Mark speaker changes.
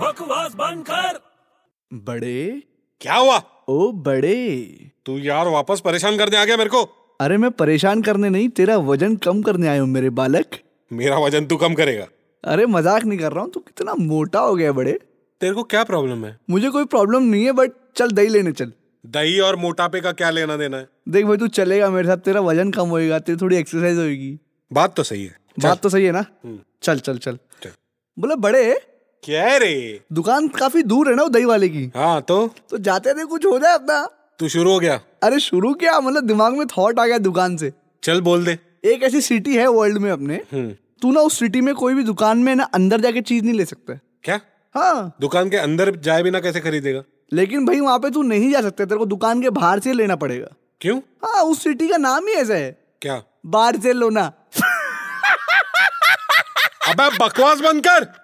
Speaker 1: बकवास बंद कर
Speaker 2: बड़े
Speaker 3: क्या हुआ
Speaker 2: ओ बड़े
Speaker 3: तू यार वापस परेशान करने आ गया मेरे को
Speaker 2: अरे मैं परेशान करने नहीं तेरा वजन कम करने आया हूँ मेरे बालक
Speaker 3: मेरा वजन तू कम करेगा
Speaker 2: अरे मजाक नहीं कर रहा हूँ तू कितना मोटा हो गया बड़े
Speaker 3: तेरे को क्या प्रॉब्लम है
Speaker 2: मुझे कोई प्रॉब्लम नहीं है बट चल दही लेने चल
Speaker 3: दही और मोटापे का क्या लेना देना है
Speaker 2: देख भाई तू चलेगा मेरे साथ तेरा वजन कम होएगा तेरी थोड़ी एक्सरसाइज होगी
Speaker 3: बात तो सही है
Speaker 2: बात तो सही है ना चल चल चल
Speaker 3: चल।
Speaker 2: बोले बड़े
Speaker 3: क्या रे
Speaker 2: दुकान काफी दूर है ना वो दही वाले की
Speaker 3: हाँ तो
Speaker 2: तो जाते थे कुछ हो जाए अपना
Speaker 3: तू शुरू हो गया
Speaker 2: अरे शुरू किया मतलब दिमाग में थॉट आ गया दुकान से
Speaker 3: चल बोल दे
Speaker 2: एक ऐसी सिटी है वर्ल्ड में अपने
Speaker 3: हम्म
Speaker 2: तू ना उस सिटी में कोई भी दुकान में ना अंदर जाके चीज नहीं ले सकता है।
Speaker 3: क्या
Speaker 2: हाँ
Speaker 3: दुकान के अंदर जाए बिना कैसे खरीदेगा
Speaker 2: लेकिन भाई वहां पे तू नहीं जा सकता तेरे को दुकान के बाहर से लेना पड़ेगा
Speaker 3: क्यों
Speaker 2: हाँ उस सिटी का नाम ही ऐसा है
Speaker 3: क्या
Speaker 2: बार्सिलोना
Speaker 3: अबे बकवास बंद कर